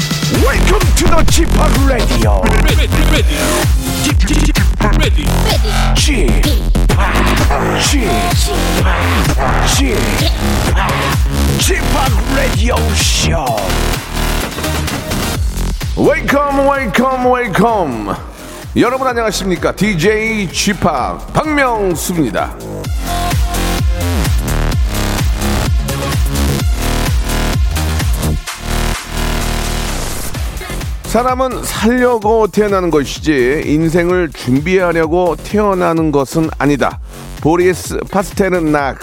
Welcome to the g p o p Radio. ready, ready, ready, g p o p g p o p g p o p Radio Show. 웨이컴 웨이컴 웨이컴 여러분 안녕하십니까 DJ g p o p 박명수입니다 사람은 살려고 태어나는 것이지 인생을 준비하려고 태어나는 것은 아니다 보리스 파스텔은 낙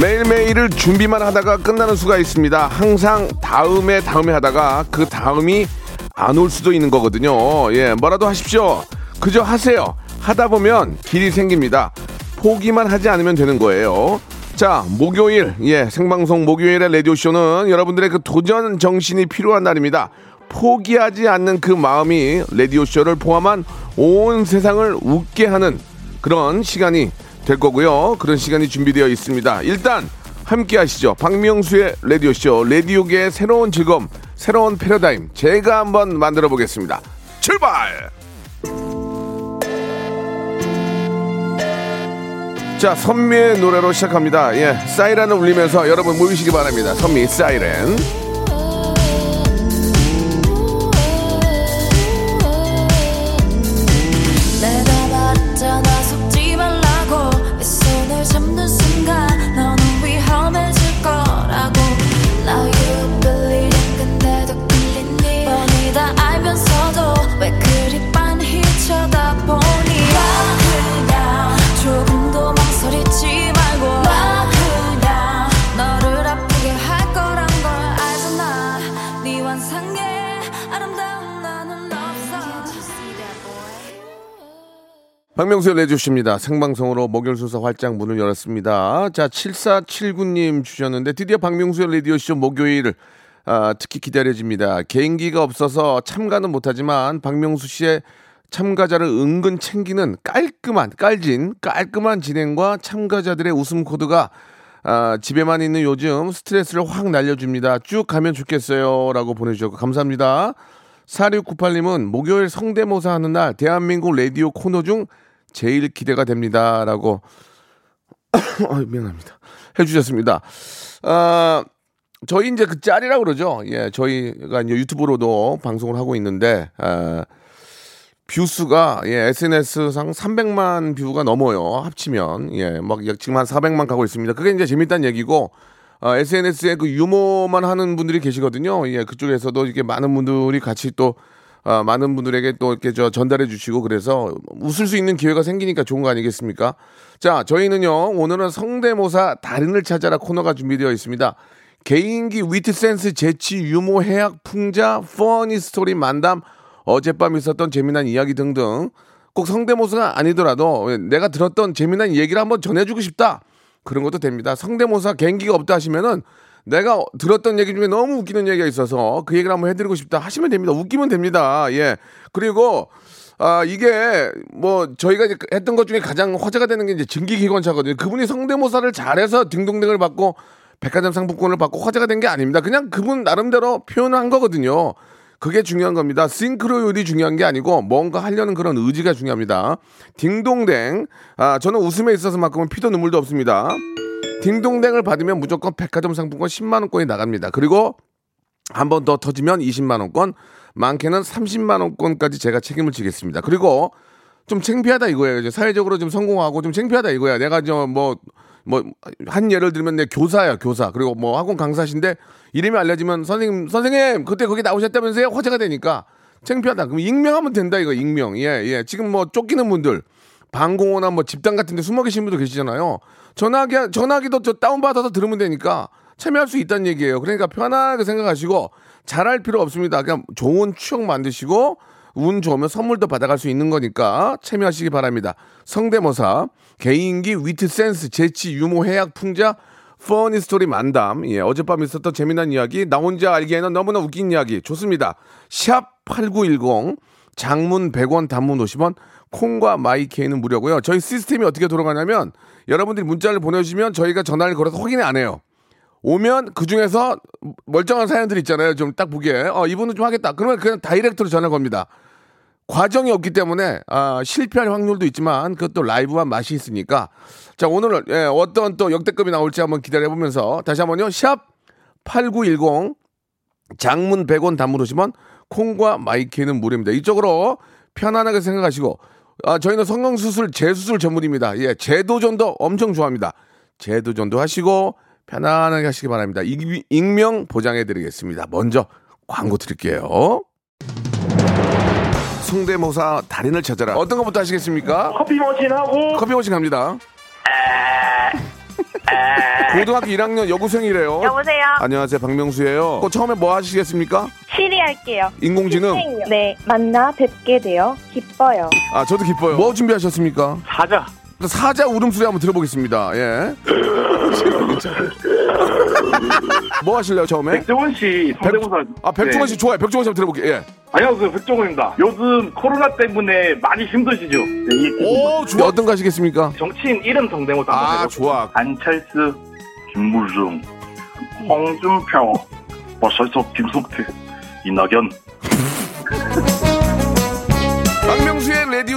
매일매일을 준비만 하다가 끝나는 수가 있습니다. 항상 다음에 다음에 하다가 그 다음이 안 올 수도 있는 거거든요. 예, 뭐라도 하십시오. 그저 하세요. 하다 보면 길이 생깁니다. 포기만 하지 않으면 되는 거예요. 자, 목요일, 예, 생방송 목요일의 라디오쇼는 여러분들의 그 도전 정신이 필요한 날입니다. 포기하지 않는 그 마음이 라디오쇼를 포함한 온 세상을 웃게 하는 그런 시간이 될 거고요. 그런 시간이 준비되어 있습니다. 일단 함께 하시죠. 박명수의 라디오쇼, 라디오계의 새로운 즐거움, 새로운 패러다임, 제가 한번 만들어 보겠습니다. 출발! 자, 선미의 노래로 시작합니다. 예, 사이렌을 울리면서 여러분 모이시기 바랍니다. 선미, 사이렌. 내가 말했잖아 속지 말라고 내 손을 잡는 순간 너는 위험해질 거라고 Now you believe it 근데도 끌리니 뻔히 다 알면서도 왜 그리 빤히 쳐다보니 나 그냥 조금도 망설이지 말고 나 그냥 너를 아프게 할 거란 걸 알잖아 네 환상에 아름다운 나는 없어 박명수의 레디오쇼입니다. 생방송으로 목요일 순서 활짝 문을 열었습니다. 자, 7479님 주셨는데 드디어 박명수의 레디오쇼 목요일 아, 특히 기다려집니다. 개인기가 없어서 참가는 못하지만 박명수 씨의 참가자를 은근 챙기는 깔끔한 깔진 깔끔한 진행과 참가자들의 웃음 코드가 아, 집에만 있는 요즘 스트레스를 확 날려줍니다. 쭉 가면 좋겠어요. 라고 보내주셨고, 감사합니다. 4698님은 목요일 성대모사 하는 날 대한민국 라디오 코너 중 제일 기대가 됩니다. 라고, 아, 미안합니다. 해주셨습니다. 아, 저희 이제 그 짤이라고 그러죠. 예, 저희가 이제 유튜브로도 방송을 하고 있는데, 아, 뷰수가 예, SNS상 300만 뷰가 넘어요. 합치면 예, 막 약- 지금 한 400만 가고 있습니다. 그게 이제 재밌다는 얘기고 SNS에 그 유머만 하는 분들이 계시거든요. 예, 그쪽에서도 이렇게 많은 분들이 같이 또 아, 많은 분들에게 또 이렇게 저 전달해 주시고 그래서 웃을 수 있는 기회가 생기니까 좋은 거 아니겠습니까? 자, 저희는요 오늘은 성대모사 달인을 찾아라 코너가 준비되어 있습니다. 개인기 위트 센스 재치 유머 해학 풍자 퍼니 스토리 만담 어젯밤 있었던 재미난 이야기 등등 꼭 성대모사가 아니더라도 내가 들었던 재미난 얘기를 한번 전해주고 싶다 그런 것도 됩니다 성대모사 개인기가 없다 하시면은 내가 들었던 얘기 중에 너무 웃기는 얘기가 있어서 그 얘기를 한번 해드리고 싶다 하시면 됩니다 웃기면 됩니다 예 그리고 아 이게 뭐 저희가 이제 했던 것 중에 가장 화제가 되는 게 이제 증기기관차거든요. 그분이 성대모사를 잘해서 딩동댕을 받고 백화점 상품권을 받고 화제가 된 게 아닙니다. 그냥 그분 나름대로 표현을 한 거거든요. 그게 중요한 겁니다. 싱크로율이 중요한 게 아니고 뭔가 하려는 그런 의지가 중요합니다. 딩동댕. 아 저는 웃음에 있어서만큼은 피도 눈물도 없습니다. 딩동댕을 받으면 무조건 백화점 상품권 10만 원권이 나갑니다. 그리고 한 번 더 터지면 20만 원권, 많게는 30만 원권까지 제가 책임을 지겠습니다. 그리고 좀 창피하다 이거예요. 이제 사회적으로 좀 성공하고 좀 창피하다 이거야. 내가 뭐, 저뭐뭐한 예를 들면 내 교사야 교사 그리고 뭐 학원 강사신데 이름이 알려지면 선생님 선생님 그때 거기 나오셨다면서요 화제가 되니까 창피하다. 그럼 익명하면 된다 이거 익명. 예 예. 지금 뭐 쫓기는 분들 방공호나 뭐 집단 같은데 숨어 계신 분들 계시잖아요. 전화기 전화기도 저 다운 받아서 들으면 되니까 참여할 수 있다는 얘기예요. 그러니까 편하게 생각하시고 잘할 필요 없습니다. 그냥 좋은 추억 만드시고 운 좋으면 선물도 받아갈 수 있는 거니까 참여하시기 바랍니다. 성대모사, 개인기, 위트 센스, 재치, 유머, 해학, 풍자, 퍼니 스토리 만담. 예, 어젯밤 있었던 재미난 이야기, 나 혼자 알기에는 너무나 웃긴 이야기. 좋습니다. 샵 8910. 장문 100원, 단문 50원, 콩과 마이케이는 무료고요. 저희 시스템이 어떻게 돌아가냐면 여러분들이 문자를 보내주시면 저희가 전화를 걸어서 확인을 안 해요. 오면 그 중에서 멀쩡한 사연들 있잖아요. 좀 딱 보기에 어 이분은 좀 하겠다. 그러면 그냥 다이렉트로 전화 겁니다. 과정이 없기 때문에 아, 실패할 확률도 있지만 그것도 라이브한 맛이 있으니까 자 오늘 예, 어떤 또 역대급이 나올지 한번 기다려보면서 다시 한번요 샵8910 장문 100원 담으로 오시면 콩과 마이키는 무료입니다 이쪽으로 편안하게 생각하시고 아, 저희는 성형수술 재수술 전문입니다 예 재도전도 엄청 좋아합니다 재도전도 하시고 편안하게 하시기 바랍니다 익- 익명 보장해드리겠습니다 먼저 광고 드릴게요 성대모사 달인을 찾아라. 어떤 것부터 하시겠습니까? 커피 머신하고 커피 오신 갑니다. 고등학교 1학년 여고생이래요. 여보세요. 안녕하세요, 박명수예요. 어, 처음에 뭐 하시겠습니까? 시리 할게요. 인공지능. 네. 만나 뵙게 되어 기뻐요. 아, 저도 기뻐요. 뭐 준비하셨습니까? 사자. 사자 울음소리 한번 들어보겠습니다. 예. 뭐 하실래요, 처음에? 백종원 씨 성대모사. 아, 백종원 씨 네. 좋아요. 백종원 씨 한번 들어볼게요. 예. 안녕하세요, 그 백종원입니다. 요즘 코로나 때문에 많이 힘드시죠? 네, 이 오, 좋아. 어떤 거 하시겠습니까? 정치인 이름 성대모사. 한번 아, 해볼게요. 좋아. 안철수, 김무중, 홍준표, 버설석, 김성태, 이낙연. 박명수의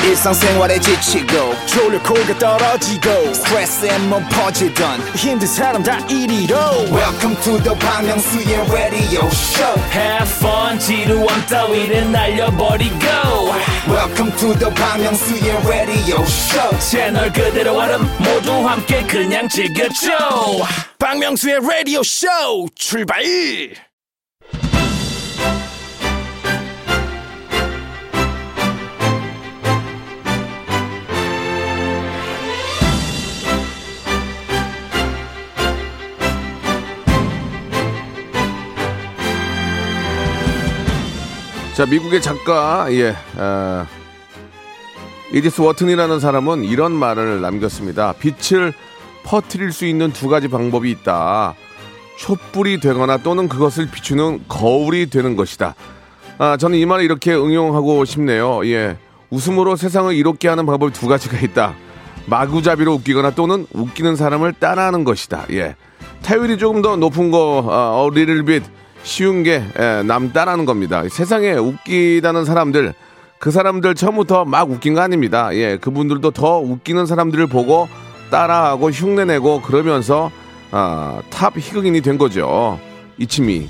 일상생활에 지치고, 졸려 코가 떨어지고, 스트레스에 몸 퍼지던, 힘든 사람 다 이리로. welcome to the Bang Myung-soo's radio show Have fun 지루함 따위를 날려버리고 welcome to the Bang Myung-soo's radio show 채널 그대로 얼음 모두 함께 그냥 즐겨줘 박명수의 라디오 쇼 출발! 자, 미국의 작가, 예, 어, 이디스 워튼이라는 사람은 이런 말을 남겼습니다. 빛을 퍼뜨릴 수 있는 두 가지 방법이 있다. 촛불이 되거나 또는 그것을 비추는 거울이 되는 것이다. 아, 저는 이 말을 이렇게 응용하고 싶네요. 예. 웃음으로 세상을 이롭게 하는 방법이 두 가지가 있다. 마구잡이로 웃기거나 또는 웃기는 사람을 따라하는 것이다. 예. 타율이 조금 더 높은 거, 어, a little bit 쉬운 게, 예, 남 따라하는 겁니다. 세상에 웃기다는 사람들, 그 사람들 처음부터 막 웃긴 거 아닙니다. 예. 그분들도 더 웃기는 사람들을 보고 따라하고 흉내내고 그러면서, 아, 탑 희극인이 된 거죠. 이치미.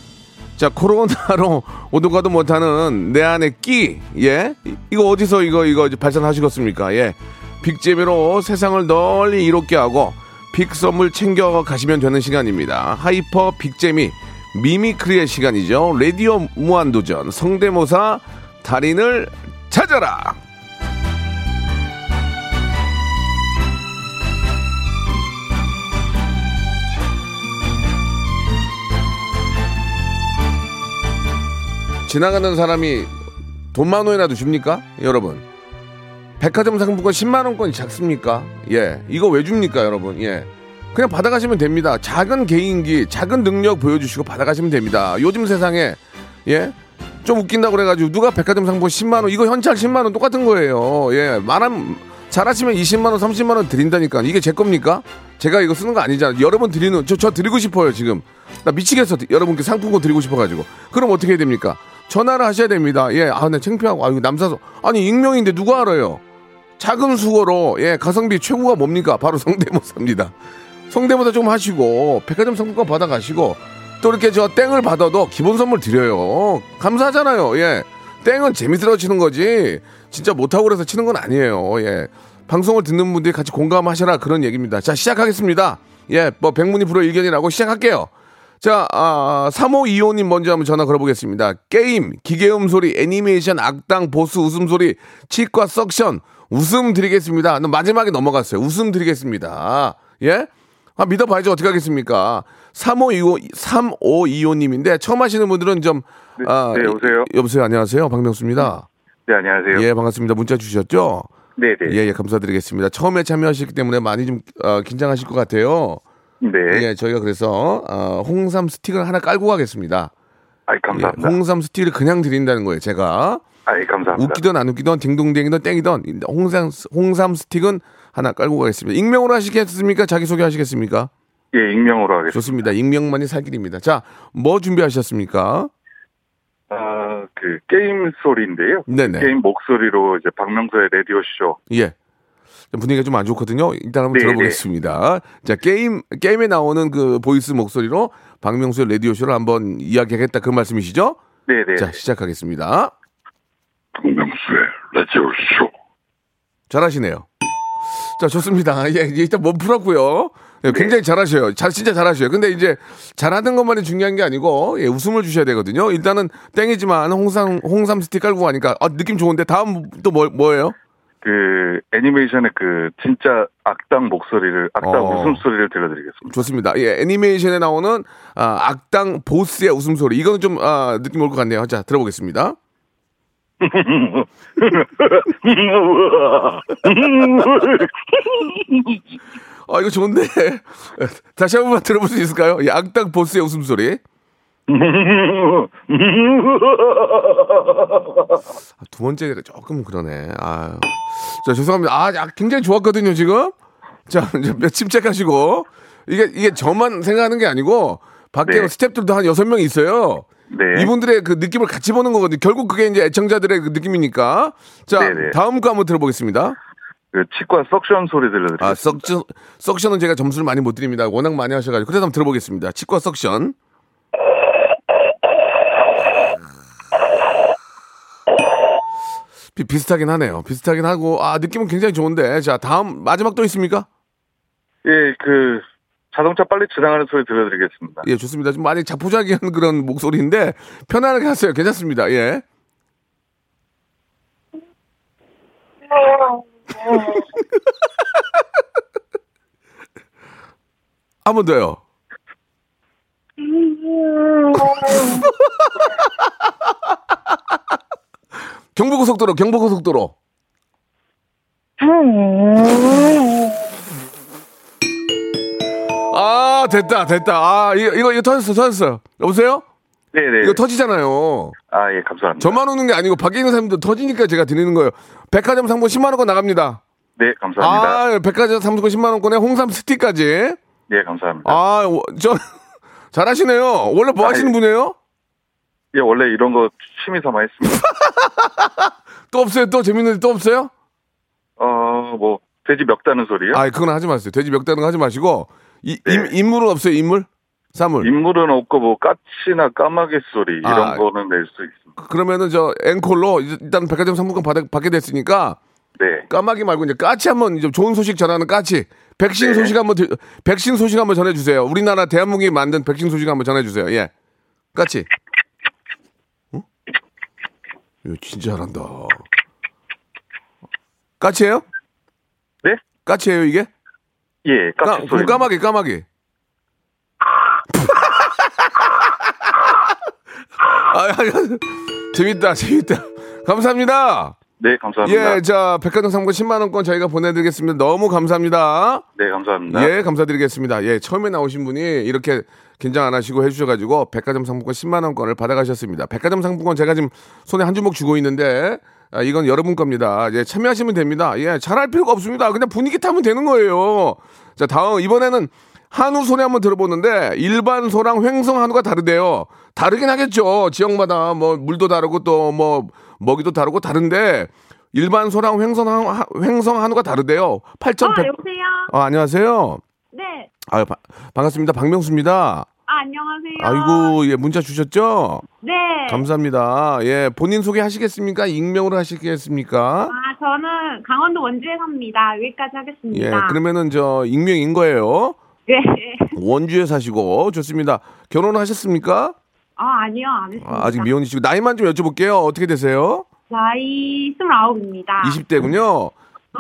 자 코로나로 오도 가도 못하는 내 안의 끼 예? 이- 이거 어디서 이거 이거 이제 발산하시겠습니까 예 빅재미로 세상을 널리 이롭게 하고 빅 선물 챙겨 가시면 되는 시간입니다 하이퍼 빅재미 미미크리의 시간이죠 라디오 무한도전 성대모사 달인을 찾아라 지나가는 사람이 돈 만 원이라도 줍니까? 여러분. 백화점 상품권 10만 원권이 작습니까? 예. 이거 왜 줍니까, 여러분? 예. 그냥 받아가시면 됩니다. 작은 개인기, 작은 능력 보여주시고 받아가시면 됩니다. 요즘 세상에 예. 좀 웃긴다고 그래가지고 누가 백화점 상품 10만 원 이거 현찰 10만 원 똑같은 거예요. 예. 말하면 잘하시면 20만 원, 30만 원 드린다니까. 이게 제 겁니까? 제가 이거 쓰는 거 아니잖아요. 여러분 드리는 저 저 드리고 싶어요 지금. 나 미치겠어. 여러분께 상품권 드리고 싶어가지고. 그럼 어떻게 해야 됩니까? 전화를 하셔야 됩니다. 예. 아, 나 창피하고 아 이거 남사서 아니 익명인데 누가 알아요? 작은 수고로 예 가성비 최고가 뭡니까? 바로 성대모사입니다. 성대모사 좀 하시고 백화점 상품권 받아가시고 또 이렇게 저 땡을 받아도 기본 선물 드려요. 감사하잖아요. 예. 땡은 재미들어 치는 거지 진짜 못하고 그래서 치는 건 아니에요. 예. 방송을 듣는 분들이 같이 공감하셔라 그런 얘기입니다. 자 시작하겠습니다. 예, 뭐 백문이 불여 의견이라고 시작할게요. 자, 아, 3525님 먼저 한번 전화 걸어보겠습니다. 게임, 기계음 소리, 애니메이션, 악당, 보스 웃음소리, 치과 석션, 웃음 드리겠습니다. 너 마지막에 넘어갔어요. 웃음 드리겠습니다. 예? 아, 믿어봐야지 어떻게 하겠습니까? 3525, 3525님인데 처음 하시는 분들은 좀. 아, 네, 여보세요? 여보세요. 안녕하세요. 박명수입니다. 네, 안녕하세요. 예, 반갑습니다. 문자 주셨죠? 네, 네. 예, 예, 감사드리겠습니다. 처음에 참여하시기 때문에 많이 좀 어, 긴장하실 것 같아요. 네. 예, 저희가 그래서 어, 홍삼 스틱을 하나 깔고 가겠습니다. 아이, 예, 감사합니다. 홍삼 스틱을 그냥 드린다는 거예요, 제가. 아이, 감사합니다. 웃기던 안 웃기던 딩동댕이던 땡이던 홍삼 홍삼 스틱은 하나 깔고 가겠습니다. 익명으로 하시겠습니까? 자기 소개하시겠습니까? 예, 익명으로 하겠습니다. 좋습니다. 익명만이 살 길입니다. 자, 뭐 준비하셨습니까? 아, 그 게임 소리인데요. 네네. 게임 목소리로 이제 박명수의 라디오 쇼. 예. 분위기가 좀 안 좋거든요. 일단 한번 네, 들어보겠습니다. 자, 게임 게임에 나오는 그 보이스 목소리로 박명수의 라디오 쇼를 한번 이야기하겠다 그 말씀이시죠? 네, 네. 자, 시작하겠습니다. 박명수의 라디오 쇼. 잘하시네요. 자, 좋습니다. 예, 예, 일단 몸 풀었고요. 예, 굉장히 잘하셔요. 잘, 진짜 잘하셔요. 근데 이제 잘하는 것만이 중요한 게 아니고, 예, 웃음을 주셔야 되거든요. 일단은 땡이지만 홍삼, 홍삼 스틱 깔고 가니까, 아, 느낌 좋은데, 다음 또 뭐, 뭐예요? 그 애니메이션의 그 진짜 악당 목소리를 악당 어. 웃음소리를 들려드리겠습니다. 좋습니다. 예, 애니메이션에 나오는, 아, 악당 보스의 웃음소리. 이거는 좀, 아, 느낌 올 것 같네요. 자, 들어보겠습니다. 아, 이거 좋은데. 다시 한 번만 들어볼 수 있을까요? 예, 악당 보스의 웃음소리. 아, 두 번째가 조금 그러네. 아유. 자, 죄송합니다. 아, 야, 굉장히 좋았거든요, 지금. 자, 이제 몇 침착하시고. 이게, 이게 저만 생각하는 게 아니고, 밖에 뭐 네. 스탭들도 한 여섯 명 있어요. 네. 이분들의 그 느낌을 같이 보는 거거든요. 결국 그게 이제 애청자들의 그 느낌이니까. 자, 네, 네. 다음 거 한번 들어보겠습니다. 그 치과 석션 소리 들려드리겠습니다. 아, 석션, 석션은 제가 점수를 많이 못 드립니다. 워낙 많이 하셔가지고. 그래서 한번 들어보겠습니다. 치과 석션. 비, 비슷하긴 하네요. 비슷하긴 하고, 아, 느낌은 굉장히 좋은데. 자, 다음, 마지막 또 있습니까? 예, 그 자동차 빨리 지나가는 소리 들려드리겠습니다. 예, 좋습니다. 좀 많이 자포자기한 그런 목소리인데, 편안하게 하세요. 괜찮습니다. 예. 한 번 더요. 경부고속도로, 경부고속도로. 아, 됐다, 됐다. 아, 이거, 이거, 이거 터졌어, 터졌어요. 여보세요? 네, 네. 이거 터지잖아요. 아, 예, 감사합니다. 저만 우는 게 아니고 밖에 있는 사람도 터지니까 제가 드리는 거예요. 백화점 상품 10만 원권 나갑니다. 네, 감사합니다. 아, 백화점 상품권 10만 원권에 홍삼 스틱까지. 예, 감사합니다. 아, 워- 저 잘하시네요. 원래 뭐 하시는 아이. 분이에요? 예, 원래 이런 거 취미 삼아 했습니다. 또 없어요? 또 재밌는 데또 없어요? 어, 뭐 돼지 멱다는 소리요? 아, 그건 하지 마세요. 돼지 멱다는 거 하지 마시고 이, 네. 인, 인물은 없어요. 인물? 사물. 인물은 없고 뭐 까치나 까마귀 소리 이런 네. 아. 거는 낼 수 있습니다. 그러면은 저 앵콜로 이제 일단 백화점 상품권 받, 받게 됐으니까 네. 까마귀 말고 이제 까치 한번 좀 좋은 소식 전하는 까치. 네. 백신 소식 한번 들- 백신 소식 한번 전해 주세요. 우리나라 대한민국이 만든 백신 소식 한번 전해 주세요. 예. 까치. 응? 이거 진짜 잘한다. 까치예요? 네? 까치예요, 이게? 예, 까, 까치 소리. 까마귀, 까마귀. 아, 재밌다, 재밌다. 감사합니다. 네, 감사합니다. 예, 자, 백화점 상품 10만 원권 저희가 보내드리겠습니다. 너무 감사합니다. 네, 감사합니다. 예, 감사드리겠습니다. 예, 처음에 나오신 분이 이렇게 긴장 안 하시고 해주셔가지고 백화점 상품권 10만 원권을 받아가셨습니다. 백화점 상품권 제가 지금 손에 한 주먹 쥐고 있는데 아, 이건 여러분 겁니다. 예, 참여하시면 됩니다. 예, 잘할 필요가 없습니다. 그냥 분위기 타면 되는 거예요. 자, 다음 이번에는 한우 소리 한번 들어보는데 일반 소랑 횡성 한우가 다르대요. 다르긴 하겠죠. 지역마다 뭐 물도 다르고 또 뭐 먹이도 다르고 다른데 일반 소랑 횡성 한우, 횡성 한우가 다르대요. 8,100. 여보세요? 아, 안녕하세요. 네. 아, 바- 반갑습니다. 박명수입니다. 아, 안녕하세요. 아이고, 예, 문자 주셨죠? 네. 감사합니다. 예, 본인 소개 하시겠습니까? 익명으로 하시겠습니까? 아, 저는 강원도 원주에 삽니다. 여기까지 하겠습니다. 예, 그러면은 저 익명인 거예요. 네. 원주에 사시고 좋습니다. 결혼하셨습니까? 아, 아니요. 안 했습니다. 아, 직 미혼이시고 나이만 좀 여쭤볼게요. 어떻게 되세요? 나이 29입니다. 20대군요.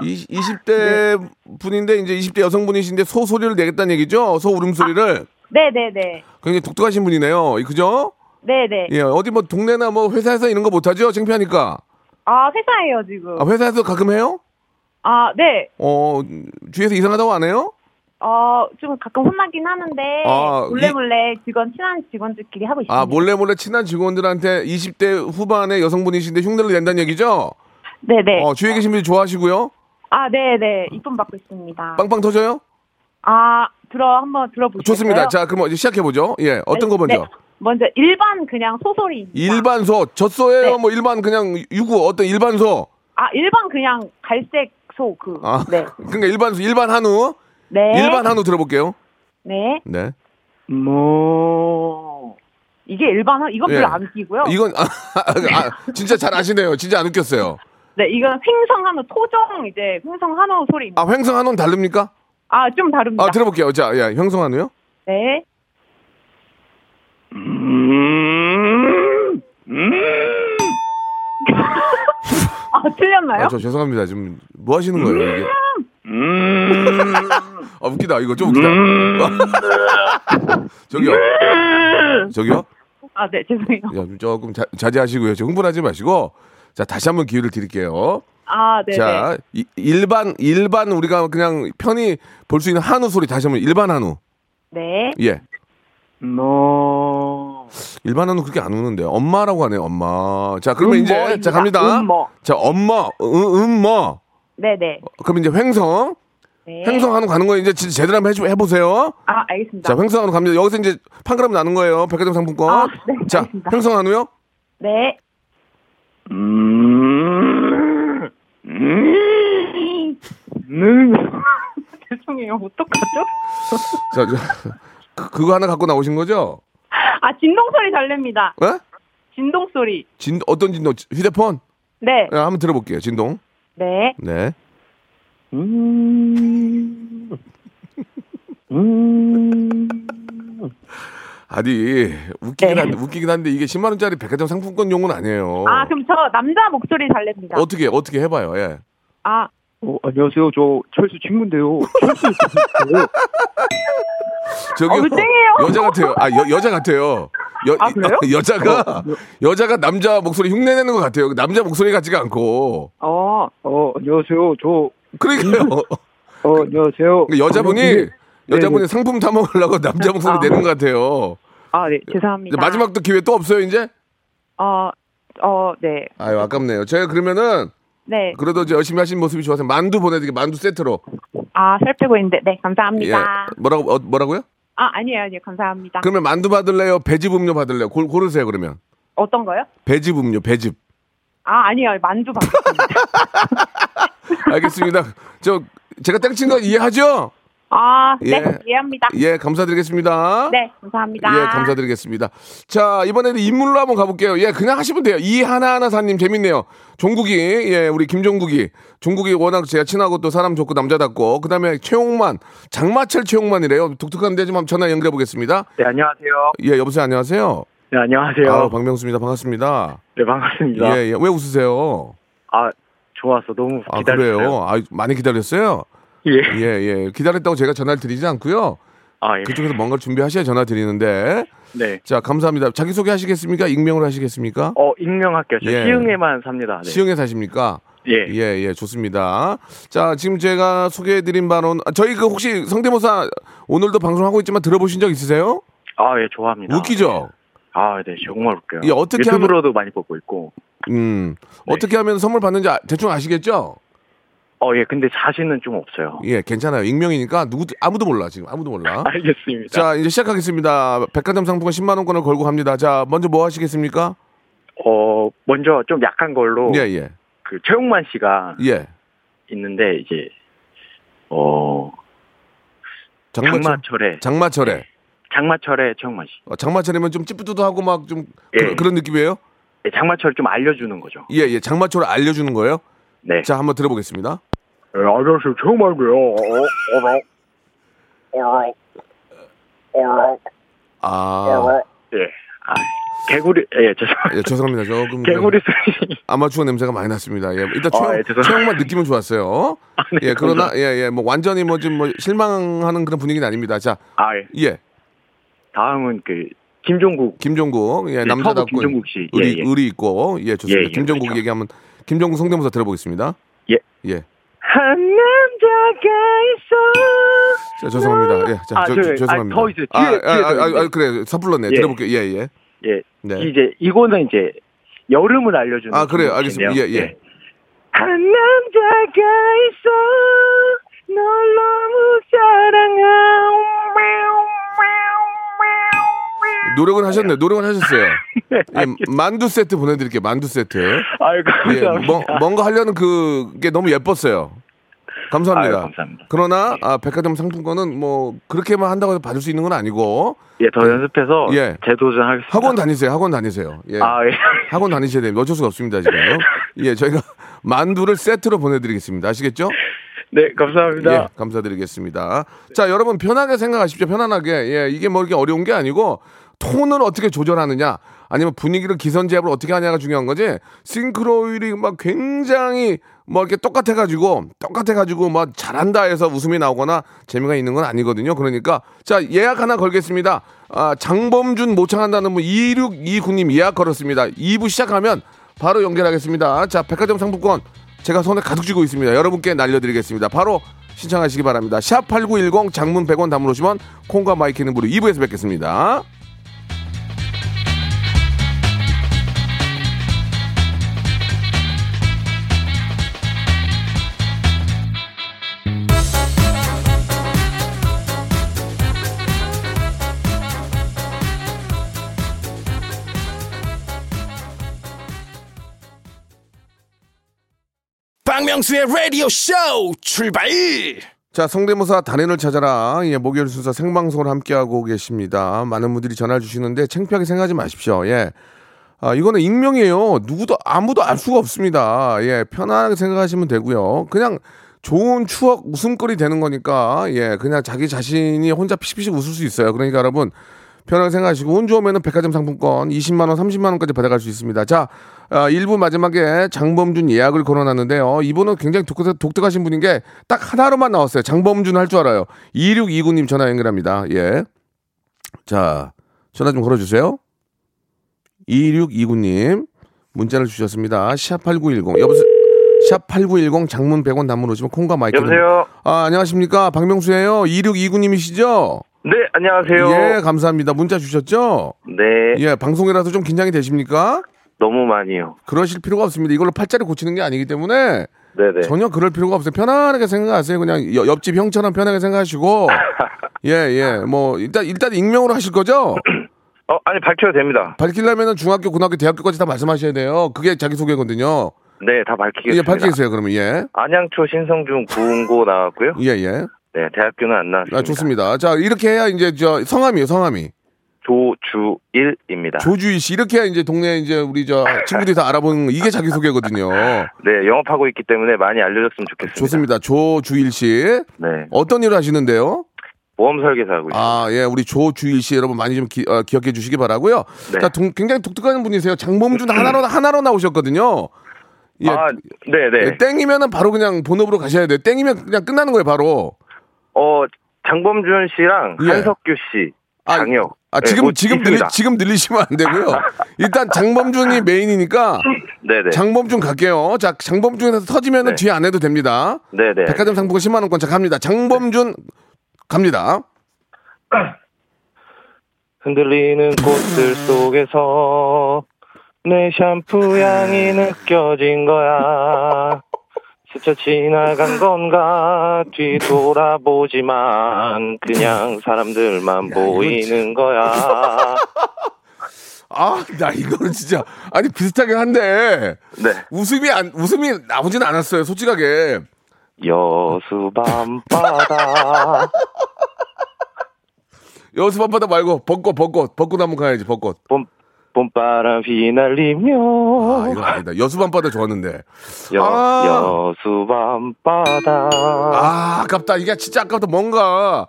이, 20대 네. 분인데 이제 20대 여성분이신데 소 소리를 내겠다는 얘기죠? 소 울음소리를 네, 네, 네. 굉장히 독특하신 분이네요. 이- 그죠? 네, 네. 예, 어디 뭐 동네나 뭐 회사에서 이런 거 못하죠? 창피하니까. 아, 회사예요, 지금. 아, 회사에서 가끔 해요? 아, 네. 어, 주위에서 이상하다고 안 해요? 어, 좀 가끔 혼나긴 하는데, 아, 이- 몰래 몰래 직원, 친한 직원들끼리 하고 있습니다. 아, 몰래 몰래 친한 직원들한테 20대 후반의 여성분이신데 흉내를 낸다는 얘기죠? 네네. 어, 주위에 계신 분들 좋아하시고요. 아, 네네. 이쁨 받고 있습니다. 빵빵 터져요? 아, 들어, 한번 들어보세요. 좋습니다. 자, 그럼 이제 시작해보죠. 예, 어떤 거 먼저? 네, 먼저 일반 그냥 소소리입니다. 일반소, 젖소예요? 네. 뭐 일반 그냥 유구, 어떤 일반소? 아, 일반 그냥 갈색 소 그. 아, 네. 그러니까 일반소, 일반 한우. 네. 일반 한우 들어볼게요. 네. 네. 뭐 이게 일반 이건 예. 별로 안 웃기고요. 이건, 아, 아, 진짜 잘 아시네요. 진짜 안 웃겼어요. 네, 이건 횡성 한우 토종 이제 횡성 한우 소리입니다. 아, 횡성 한우는 다릅니까? 아, 좀 다릅니다. 아, 들어볼게요. 자, 예, 횡성 한우요? 네. 음. 아, 틀렸나요? 아, 저 죄송합니다. 지금 뭐 하시는 거예요, 이게? 음. 아, 웃기다. 이거 좀 웃기다. 저기요. 음. 저기요. 아, 네, 죄송해요. 야, 좀 조금 자, 자제하시고요. 지금 흥분하지 마시고. 자, 다시 한번 기회를 드릴게요. 아, 네. 네. 자, 이- 일반, 일반 우리가 그냥 편히 볼 수 있는 한우 소리 다시 한번 일반 한우. 네. 예. 뭐. 일반 한우 그렇게 안 우는데. 엄마라고 하네요, 엄마. 자, 그러면 이제, 자, 갑니다. 음, 뭐. 자, 엄마, 음, 음, 뭐. 네, 네. 그럼 이제 횡성. 네. 횡성 한우 가는 거 이제 진짜 제대로 한번 해주- 해보세요. 아, 자, 알겠습니다. 횡성 한우 갑니다. 여기서 이제 판가름 나는 거예요. 백화점 상품권. 아, 네, 자, 알겠습니다. 횡성 한우요? 네. 음. 죄송해요. 어떡하죠? 자, 저, 그- 그거 하나 갖고 나오신 거죠? 아, 진동 소리 잘 냅니다. 예? 진동 소리. 진 어떤 진동? 휴대폰? 네. 예, 한번 들어볼게요. 진동. 네. 네. 음. 아니 웃기긴 네. 한데 웃기긴 한데 이게 10만 원짜리 백화점 상품권 용은 아니에요. 어. 아, 그럼 저 남자 목소리 잘 냅니다. 어떻게 어떻게 해봐요. 예. 아, 어, 안녕하세요. 저 철수 친구인데요. 철수 저기 어우, 쨍해요. 여자 같아요. 아 여, 여자 같아요. 여, 아, 그래요? 어, 여자가 여자가 남자 목소리 흉내내는 것 같아요. 남자 목소리 같지가 않고. 어. 어, 안녕하세요. 저, 음. 그러니까요. 어, 안녕하세요. 그러니까 여자분이 네, 여자분이 상품 타 먹으려고 남자 목소리 아. 내는 것 같아요. 아, 네. 이제 죄송합니다. 마지막도 기회 또 없어요 이제? 어, 어, 네. 아유 아깝네요. 제가 그러면은 네. 그래도 이제 열심히 하신 모습이 좋아서 만두 보내드릴게요. 만두 세트로. 아, 살 빼고 있는데. 네, 예. 감사합니다. 뭐라고 어, 뭐라고요? 아, 아니에요. 아니에요. 감사합니다. 그러면 만두 받을래요? 배즙 음료 받을래요? 골, 고르세요 그러면. 어떤 거요? 배즙 음료 배즙. 아, 아니에요. 만두 받겠습니다. 알겠습니다. 저 제가 땡친 건 이해하죠? 아, 네. 예. 이해합니다. 예 감사드리겠습니다. 네, 감사합니다. 예 감사드리겠습니다. 자 이번에는 인물로 한번 가볼게요. 예 그냥 하시면 돼요. 이 하나하나사님 재밌네요. 종국이 예 우리 김종국이 종국이 워낙 제가 친하고 또 사람 좋고 남자답고 그다음에 최홍만 장마철 최홍만이래요. 독특한데 좀 한번 전화 연결해 보겠습니다. 네, 안녕하세요. 예, 여보세요. 안녕하세요. 네, 안녕하세요. 아, 박명수입니다. 반갑습니다. 네, 반갑습니다. 예, 예. 왜 웃으세요? 아, 좋았어. 너무 아, 기다렸어요. 그래요. 아, 많이 기다렸어요? 예. 예, 예. 기다렸다고 제가 전화를 드리지 않고요. 아, 예. 그쪽에서 뭔가를 준비하셔야 전화 드리는데. 네. 자, 감사합니다. 자기 소개 하시겠습니까? 익명으로 하시겠습니까? 어, 익명할게요. 저 예. 시흥에만 삽니다. 네. 시흥에 사십니까? 예. 예, 예, 좋습니다. 자, 지금 제가 소개해드린 바는 아, 저희 그 혹시 성대모사 오늘도 방송하고 있지만 들어보신 적 있으세요? 아, 예, 좋아합니다. 웃기죠? 아, 네, 정말 웃겨요. 예, 어떻게 유튜브로도 많이 보고 있고. 음, 어떻게 하면 선물 받는지 아- 대충 아시겠죠? 어, 예, 근데 자신은 좀 없어요. 예, 괜찮아요. 익명이니까 누구 아무도 몰라 지금 아무도 몰라. 알겠습니다. 자, 이제 시작하겠습니다. 백화점 상품권 10만 원권을 걸고 갑니다. 자, 먼저 뭐 하시겠습니까? 어, 먼저 좀 약한 걸로 예, 예, 그 최용만 씨가 예. 있는데 이제 어, 장마철, 네. 장마철에 장마철에 장마철에 최용만 씨. 어, 장마철이면 좀 찌뿌드하고 막 좀 예. 그, 런 느낌이에요? 예, 장마철 좀 알려주는 거죠. 예, 예. 장마철을 알려주는 거예요? 네. 자, 한번 들어보겠습니다. 예, 안녕하세요. 최홍만이고요. 어, 어라. 어라. 어라. 아, 예. 아, 개구리, 예, 죄송합니다. 예, 죄송합니다. 조금 개구리 소리. 아마추어 냄새가 많이 났습니다. 예, 일단 아, 예, 최영, 죄송합니다. 최영만 느낌은 좋았어요. 네, 예, 그러나 예, 예, 뭐 완전히 뭐 좀 뭐 실망하는 그런 분위기는 아닙니다. 자, 아, 예. 예, 다음은 그, 김종국. 김종국, 예, 네, 남자답고 서부 김종국 씨. 예, 의리, 예. 의리 있고, 예, 좋습니다. 예, 예, 김종국 그렇죠. 얘기 한번 김종국 성대모사 들어보겠습니다. 예. 예. 한 남자가 있어. 자, 죄송합니다. 예, 자, 아, 저, 저, 저, 아, 죄송합니다. 더 있어요. 아, 뒤에, 아, 뒤에 아, 더 아, 있는데. 아, 그래, 서툴렀네. 예. 들어볼게요. 예, 예. 예. 네. 이제 이거는 이제 여름을 알려주는. 아, 그래요. 알겠습니다. 곡이네요. 예, 예. 한 남자가 있어. 널 너무 사랑해. 노력은 하셨네. 노력은 하셨어요. 예, 만두 세트 보내드릴게요. 만두 세트. 아유 예, 감사합니다. 뭐, 뭔가 하려는 그게 너무 예뻤어요. 감사합니다. 아유, 감사합니다. 그러나 아, 백화점 상품권은 뭐 그렇게만 한다고 해서 받을 수 있는 건 아니고 예, 더 연습해서 예. 재도전하겠습니다. 학원 다니세요. 학원 다니세요. 예. 아, 예. 학원 다니셔야 됩니다. 어쩔 수가 없습니다, 지금. 예, 저희가 만두를 세트로 보내드리겠습니다. 아시겠죠? 네, 감사합니다. 예, 감사드리겠습니다. 자, 여러분 편하게 생각하십시오. 편안하게. 예, 이게 뭐 이렇게 어려운 게 아니고 톤을 어떻게 조절하느냐, 아니면 분위기를 기선제압을 어떻게 하냐가 중요한 거지. 싱크로율이 막 굉장히 뭐 이렇게 똑같아가지고 똑같아가지고 막 잘한다 해서 웃음이 나오거나 재미가 있는 건 아니거든요. 그러니까 자 예약 하나 걸겠습니다. 아, 장범준 모창한다는 분 2629님 예약 걸었습니다. 2부 시작하면 바로 연결하겠습니다. 자 백화점 상품권 제가 손에 가득 쥐고 있습니다. 여러분께 날려드리겠습니다. 바로 신청하시기 바랍니다. 샵 8910 장문 100원 담으러 오시면 콩과 마이키는 무료 2부에서 뵙겠습니다. 박명수의 라디오 쇼 출발 자, 성대모사 단연을 찾아라. 예, 목요일 순서 생방송을 함께하고 계십니다. 많은 분들이 전화를 주시는데 창피하게 생각하지 마십시오. 예. 아, 이거는 익명이에요. 누구도, 아무도 알 수가 없습니다. 예, 편안하게 생각하시면 되고요. 그냥 좋은 추억, 웃음거리 되는 거니까, 예, 그냥 자기 자신이 혼자 피식피식 웃을 수 있어요. 그러니까 여러분, 편하게 생각하시고 운 좋으면은 백화점 상품권 20만 원, 30만 원까지 받아갈 수 있습니다. 자, 아, 1부 마지막에 장범준 예약을 걸어놨는데요. 이분은 굉장히 독특, 독특하신 분인 게 딱 하나로만 나왔어요. 장범준 할 줄 알아요. 2629님 전화 연결합니다. 예. 자, 전화 좀 걸어주세요. 2629님 문자를 주셨습니다. 샵8910 여보세요. 샵8910 장문 100원 단문 오시면 콩과 마이크 여보세요. 아, 안녕하십니까. 박명수예요. 2629님이시죠? 네, 안녕하세요. 예, 감사합니다. 문자 주셨죠? 네, 예, 방송이라서 좀 긴장이 되십니까? 너무 많이요. 그러실 필요가 없습니다. 이걸로 팔자를 고치는 게 아니기 때문에 네, 네. 전혀 그럴 필요가 없어요. 편안하게 생각하세요. 그냥 여- 옆집 형처럼 편하게 생각하시고 예, 예. 뭐 일단 일단 익명으로 하실 거죠? 어, 아니 밝혀도 됩니다. 밝히려면은 중학교, 고등학교, 대학교까지 다 말씀하셔야 돼요. 그게 자기 소개거든요. 네, 다 밝히겠습니다. 예, 밝히세요. 그러면 예. 안양초 신성중 구운고 나왔고요. 예, 예. 네, 대학교는 안 나왔습니다. 아, 좋습니다. 자, 이렇게 해야 이제 저 성함이에요, 성함이. 조주일입니다. 조주희 씨. 이렇게 해야 이제 동네 이제 우리 저 친구들이 다 알아보는 거, 이게 자기 소개거든요. 네, 영업하고 있기 때문에 많이 알려줬으면 좋겠습니다. 좋습니다. 조주일 씨. 네, 어떤 일을 하시는데요? 보험 설계사 하고 있습니다. 아, 예, 우리 조주일 씨 여러분 많이 좀 기, 억해 주시기 바라고요. 네. 자, 동- 굉장히 독특한 분이세요. 장범준 하나로 하나로 나오셨거든요. 예. 아, 네, 네. 예, 땡이면은 바로 그냥 본업으로 가셔야 돼요. 땡이면 그냥 끝나는 거예요, 바로. 어, 장범준 씨랑 예. 한석규 씨, 아, 장혁. 아, 네, 지금 뭐 지금 늘리, 있습니다. 지금 늘리시면 안 되고요. 일단 장범준이 메인이니까 네, 네. 장범준 갈게요. 자, 장범준에서 터지면은 네. 뒤에 안 해도 됩니다. 네, 네. 백화점 상품권 10만 원권 자 갑니다. 장범준 갑니다. 흔들리는 꽃들 속에서 내 샴푸 향이 음. 느껴진 거야. 스쳐 지나간 건가 뒤돌아보지만 그냥 사람들만 보이는 거야. 아, 나 이거는 진짜 아니 비슷하긴 한데 네. 웃음이 안 웃음이 나오진 않았어요. 솔직하게 여수 밤바다 여수 밤바다 말고 벚꽃 벚꽃 벚꽃 한번 가야지 벚꽃. 봄 봄바람 휘날리며 아 이거 아니다. 여수 밤바다 좋았는데 여, 아. 여수 밤바다 아 아깝다. 이게 진짜 아깝다. 뭔가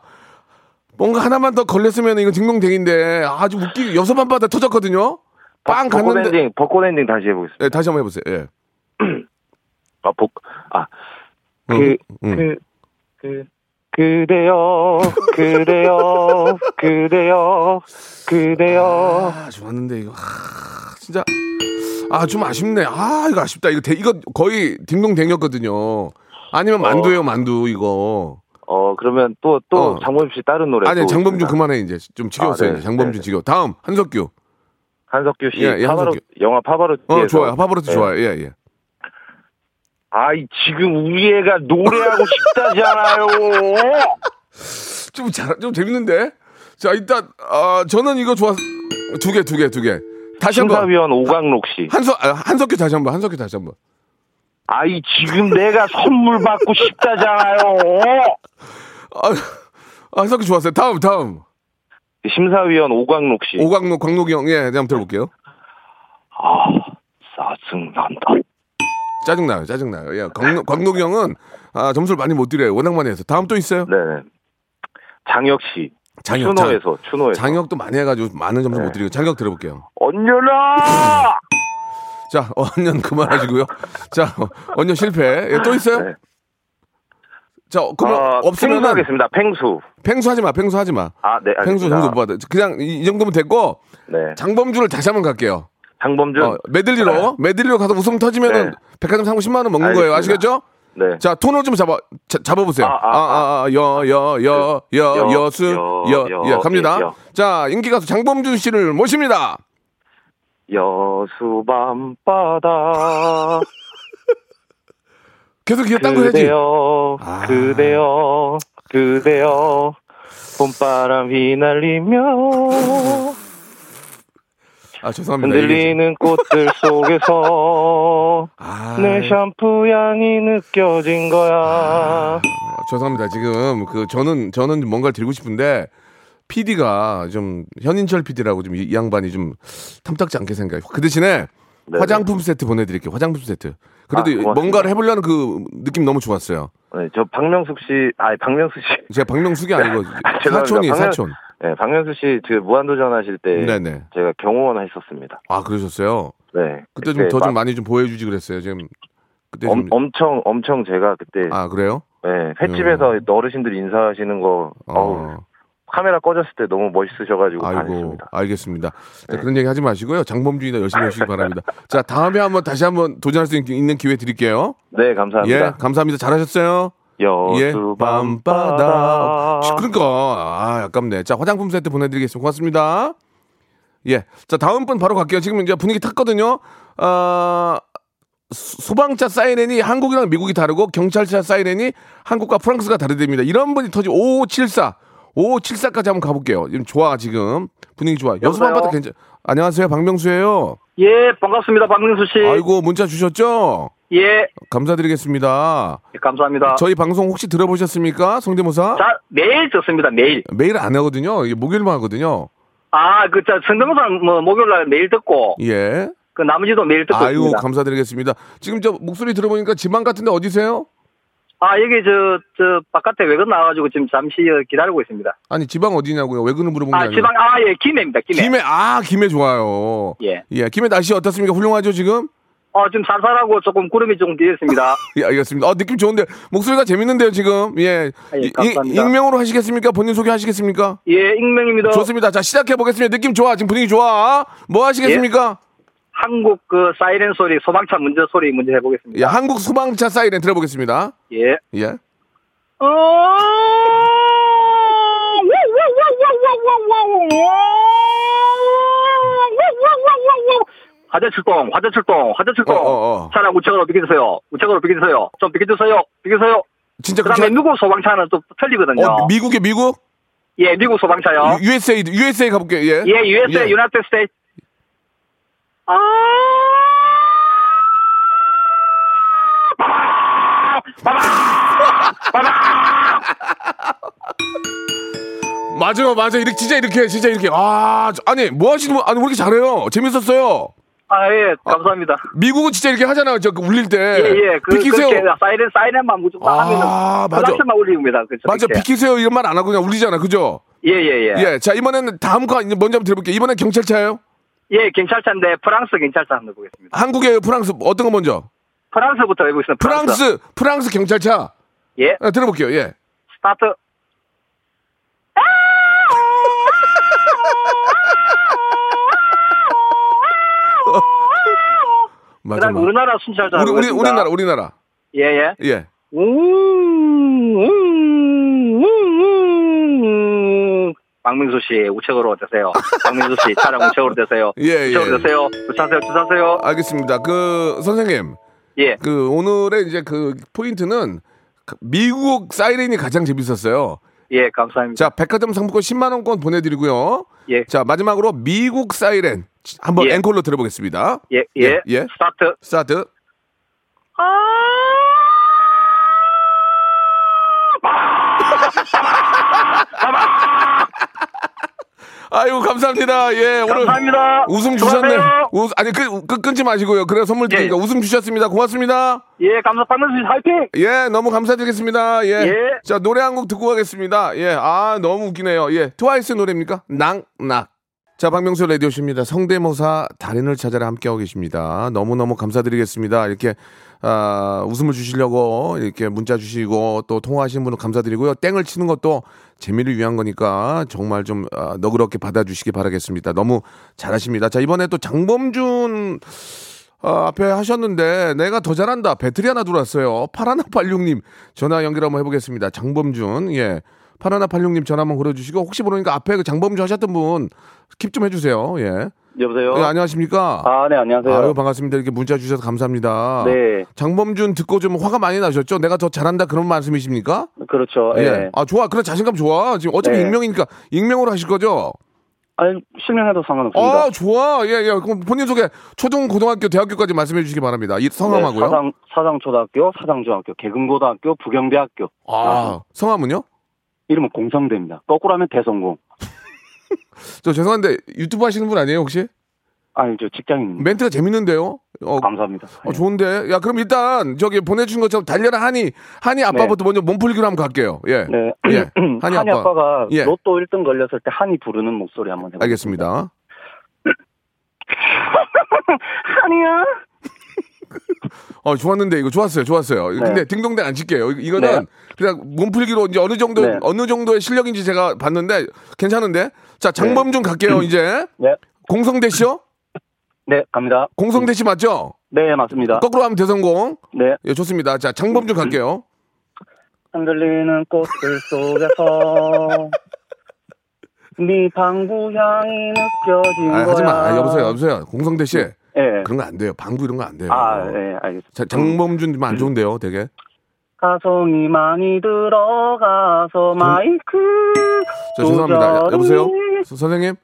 뭔가 하나만 더 걸렸으면 이거 딩동댕인데 아주 웃기 여수 밤바다 터졌거든요. 빵 벚- 벚꽃 갔는데 엔딩 벚꽃 엔딩 다시 해보겠습니다. 예, 다시 한번 해보세요. 예. 아, 복, 아, 응, 음. 그, 그, 그, 그대여, 그대여, 그대여, 그대여. 아 좋았는데 이거 아, 진짜 아, 좀 아쉽네. 아, 이거 아쉽다. 이거 대, 이거 거의 딩동댕이었거든요. 아니면 만두예요, 만두 이거. 어 그러면 또 또 어. 장범준 씨 다른 노래. 아니, 네, 또 장범준 있습니다. 그만해 이제. 좀 지겨웠어요. 아, 네. 이제. 장범준 네. 지겨워. 다음 한석규. 한석규 씨 예, 예, 파바로 한석규. 영화 파바로. 어, 좋아요. 네. 파바로티 좋아요. 예, 예. 아이 지금 우리 애가 노래하고 싶다잖아요. 좀 잘, 좀 재밌는데? 자, 일단, 아, 저는 이거 좋았, 두 개, 두 개, 두 개. 다시 한 번. 심사위원 오강록 씨. 한석, 아, 한석규 다시 한 번, 한석규 다시 한 번. 아이 지금 내가 선물 받고 싶다잖아요. 아, 한석규 좋았어요. 다음, 다음. 심사위원 오광록 씨. 오광록, 광록이 형, 예, 한번 들어볼게요. 아 짜증난다. 짜증나요, 짜증나요. 예, 광록, 광록이 형은, 아, 점수를 많이 못 드려요. 워낙 많이 해서. 다음 또 있어요? 네네. 장혁 씨. 예, 장혁, 추노에서 추노에서. 네. 장혁도 많이 해가지고 많은 점수 못 드리고, 장혁 들어볼게요. 언녀라. 자, 어, 언년 그만하시고요. 자, 어, 언년 실패. 예, 또 있어요? 네. 자, 어, 그러면 아, 없으면은 팽수하겠습니다. 팽수. 팽수 하지 마, 팽수 하지 마. 아, 네. 알겠습니다. 펭수 정도 뭐- 못 받아. 그냥 이, 이 정도면 됐고 네. 장범주를 다시 한번 갈게요. 장범준. 어, 메들리로 메들리로 가서 웃음 터지면은 네. 백화점 상품 10만 원 먹는 거예요. 알겠습니다. 아시겠죠? 네. 자 토너 좀 잡아 자, 잡아보세요. 아, 아, 아아여여여 여, 여수 여, 여, 여예 갑니다. 여. 자 인기 가수 장범준 씨를 모십니다. 여수 밤바다. 계속 기어 딴거 해야지. 그대여, 아. 그대여, 그대여. 봄바람 휘날리며. 아 죄송합니다. 음, 이게 흔들리는 꽃들 속에서 아, 내 샴푸 향이 느껴진 거야. 아, 죄송합니다. 지금 그 저는 저는 뭔가를 들고 싶은데 PD가 좀 현인철 PD라고 좀 이 양반이 좀 탐탁지 않게 생각해요. 그 대신에 네네. 화장품 세트 보내드릴게요. 화장품 세트. 아, 그래도 고맙습니다. 뭔가를 해보려는 그 느낌 너무 좋았어요. 네, 저 박명숙 씨, 아니 박명숙 씨, 제가 박명숙이 아니고 아, 죄송합니다. 사촌이에요. 박명- 사촌. 네, 박명숙 씨, 그 무한도전 하실 때 네네. 제가 경호원 했었습니다. 아 그러셨어요. 네. 그때 좀 더 좀 막 많이 좀 보여주지 그랬어요. 지금 그때 엄, 예. 좀. 엄청 엄청 제가 그때 아 그래요? 네, 횟집에서 어르신들 인사하시는 거 어. 어우, 카메라 꺼졌을 때 너무 멋있으셔가지고 아이고 반했습니다. 네. 알겠습니다. 자, 그런 얘기 하지 마시고요. 장범준이나 열심히 해주시기 바랍니다. 자 다음에 한번 다시 한번 도전할 수 있- 있는 기회 드릴게요. 네, 예, 감사합니다. 감사합니다. 잘하셨어요. 예, 여수 밤바다. 밤바다. 그러니까 아, 아깝네. 자, 화장품 세트 보내드리겠습니다. 고맙습니다. 예, 자 다음 분 바로 갈게요. 지금 이제 분위기 탔거든요. 아, 소- 소방차 사이렌이 한국이랑 미국이 다르고 경찰차 사이렌이 한국과 프랑스가 다르답니다. 이런 분이 터지 5574, 5574까지 한번 가볼게요. 지금 좋아 지금 분위기 좋아. 여수 여보세요? 밤바다 괜찮. 안녕하세요, 박명수예요. 예, 반갑습니다. 박명수 예. 씨. 아이고 문자 주셨죠? 예, 감사드리겠습니다. 아. 감사합니다. 저희 방송 혹시 들어보셨습니까? 성대모사? 자, 매일 듣습니다. 매일. 매일 안 하거든요. 이게 목요일만 하거든요. 아, 그, 저, 성대모사 뭐, 목요일날 매일 듣고, 예. 그, 나머지도 매일 듣고 아유, 있습니다. 감사드리겠습니다. 지금 저 목소리 들어보니까 지방 같은데 어디세요? 아, 여기 저, 저, 바깥에 외근 나와가지고 지금 잠시 어, 기다리고 있습니다. 아니, 지방 어디냐고요? 외근을 물어본 게 아, 아니고. 지방, 아, 예, 김해입니다. 김해. 김해, 아, 김해 좋아요. 예. 김해 날씨 어떻습니까? 훌륭하죠, 지금? 어, 지금 살살하고 조금 구름이 좀 뒤었습니다. 예, 알겠습니다. 어, 느낌 좋은데. 목소리가 재밌는데요, 지금. 예. 아, 예, 이- 이- 감사합니다. 익명으로 하시겠습니까? 본인 소개 하시겠습니까? 예, 익명입니다. 좋습니다. 자, 시작해보겠습니다. 느낌 좋아. 지금 분위기 좋아. 뭐 하시겠습니까? 한국 그 사이렌 소리, 소방차 문제 소리 문제 해보겠습니다. 예, 한국 소방차 사이렌 들어보겠습니다. 예. 예. 어, 화재 출동, 화재 출동, 화재 출동. 어, 어, 어. 차량 우측으로 비켜주세요. 우측으로 비켜주세요. 좀 비켜주세요. 비켜주세요. 진짜 그다음에 그렇게. 미국 소방차는 또 틀리거든요. 어, 미국에 미국? 예, 미국 소방차요. 유- USA, USA 가볼게요. 예. 예, USA, 예. United States. 아, Oh. 맞아요, 맞아요. 이렇게 진짜 이렇게 진짜 이렇게 아 저- 아니 뭐 하시는 분 아니 왜 이렇게 잘해요? 재밌었어요. 아, 예, 감사합니다. 미국은 진짜 이렇게 하잖아요. 저그 울릴 때 예, 예. 그, 비키세요. 그렇게 사이렌, 사이렌만 무조건 아, 하면은. 맞아. 클락션만 울립니다. 그렇죠. 맞아, 이렇게. 비키세요 이런 말 안 하고 그냥 울리잖아, 그죠? 예, 예, 예. 예. 자 이번에는 다음 거 이제 먼저 한번 들어볼게요. 이번엔 경찰차예요. 예, 경찰차인데 프랑스 경찰차 한번 보겠습니다. 한국이에요, 프랑스 어떤 거 먼저? 프랑스부터 해보겠습니다. 프랑스. 프랑스, 프랑스 경찰차. 예, 아, 들어볼게요. 예. 스타트. 맞아, 그다음 맞아. 우리나라 순찰자 우리 우리 우리나라 우리나라 예예. 예. 박민수 씨 우측으로 되세요. 박민수 씨 차량 우측으로 되세요. 예, 예. 우측으로 되세요. 주차하세요. 주차하세요. 알겠습니다. 그 선생님 예. 그 오늘의 이제 그 포인트는 그 미국 사이렌이 가장 재밌었어요. 예 감사합니다. 자 백화점 상품권 10만 원권 보내드리고요. 예. 자 마지막으로 미국 사이렌 한번 예. 앵콜로 들어보겠습니다. 예, 예. 예. 스타트. 스타트. 아! 아이고 감사합니다. 예 오늘 감사합니다. 웃음 수고하세요. 주셨네. 웃, 아니 끄, 끄, 끊지 마시고요. 그래 선물 드리니까 예. 웃음 주셨습니다. 고맙습니다. 예, 감사. 박민수 씨 화이팅. 예 너무 감사드리겠습니다. 예. 예. 자 노래 한 곡 듣고 가겠습니다. 예아 너무 웃기네요. 예 트와이스 노래입니까? 낭낙. 자 박명수 라디오십입니다. 성대모사 달인을 찾아라 함께하고 계십니다. 너무너무 감사드리겠습니다. 이렇게 아, 웃음을 주시려고 이렇게 문자 주시고 또 통화하시는 분은 감사드리고요. 땡을 치는 것도 재미를 위한 거니까 정말 좀 아, 너그럽게 받아주시기 바라겠습니다. 너무 잘하십니다. 자 이번에 또 장범준 아, 앞에 하셨는데 내가 더 잘한다. 배터리 하나 들어왔어요. 8186님 전화 연결 한번 해보겠습니다. 장범준 예. 8186님 전화 한번 걸어주시고 혹시 모르니까 앞에 그 장범준 하셨던 분 킵 좀 해주세요. 예. 여보세요. 예, 안녕하십니까? 네, 아, 네, 안녕하세요. 아유 반갑습니다. 이렇게 문자 주셔서 감사합니다. 네. 장범준 듣고 좀 화가 많이 나셨죠? 내가 더 잘한다 그런 말씀이십니까? 그렇죠. 예. 아 좋아. 그런 자신감 좋아. 지금 어차피 네. 익명이니까 익명으로 하실 거죠? 아니, 실명해도 상관없습니다. 아 좋아. 예예. 그럼 본인 소개 초등 고등학교 대학교까지 말씀해 주시기 바랍니다. 이 성함하고요. 네, 사당, 사당초등학교, 사당중학교, 개금고등학교, 부경대학교. 아 성함은요? 이름은 공성대입니다. 거꾸로 하면 대성공. 저 죄송한데 유튜브 하시는 분 아니에요 혹시? 아니, 저 직장인입니다. 멘트가 재밌는데요. 어, 감사합니다. 어, 좋은데. 야 그럼 일단 저기 보내주신 것처럼 달려라 하니 하니 아빠부터 먼저 몸풀기로 한번 갈게요. 예. 네. 예. 한이, 한이 아빠. 아빠. 가 예. 로또 1등 걸렸을 때 한이 부르는 목소리 한번 해볼게요. 알겠습니다. 한이야? 어 좋았는데 이거 좋았어요, 좋았어요. 근데 딩동댕 안 칠게요. 이- 이거는 네. 그냥 몸풀기로 이제 어느 정도 네. 어느 정도의 실력인지 제가 봤는데 괜찮은데. 자 장범준 갈게요 이제. 네. 공성대 씨요? 네, 갑니다. 공성대 씨 맞죠? 네, 맞습니다. 거꾸로 하면 대성공. 네. 예 좋습니다. 자 장범준 갈게요. 흔들리는 꽃들 속에서 네 방구 향이 느껴진 아 거야. 하지마. 아, 여보세요, 여보세요. 공성대 씨 예. 그런 거 안 돼요. 방구 이런 거 안 돼요. 아, 예, 알겠습니다. 자, 장범준 안 좋은데요, 되게. 가성이 많이 들어가서 마이크. 자 죄송합니다. 야, 조절이- 여보세요, 서- 선생님.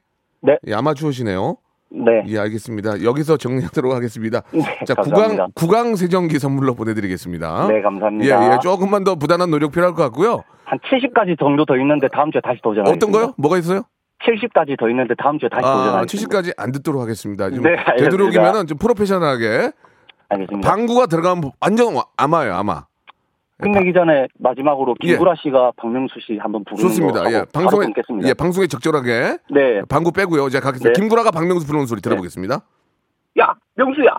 네. 예, 아마추어시네요. 네. 예, 알겠습니다. 여기서 정리하도록 하겠습니다. 네, 자, 감사합니다. 구강 구강 세정기 선물로 보내드리겠습니다. 네, 감사합니다. 예, 예, 조금만 더 부단한 노력 필요할 것 같고요. 한 70까지 정도 더 있는데 다음 주에 다시 도전하겠습니다. 어떤 거요? 뭐가 있어요? 70까지 더 있는데 다음 주에 다시 아, 아, 도전하겠습니다. 70까지 안 듣도록 하겠습니다. 좀 네, 알겠습니다. 되도록이면은 좀 프로페셔널하게 알겠습니다. 방구가 들어가면 완전 아마예요, 아마. 끝내기 전에 마지막으로 예. 김구라 씨가 박명수 씨 한번 부르는 거 좋습니다. 하고 예, 뭐, 바로 방송에 끊겠습니다. 예, 방송에 적절하게 네. 방구 빼고요. 제가 가겠습니다. 네. 김구라가 박명수 부르는 소리 들어보겠습니다. 야, 명수야.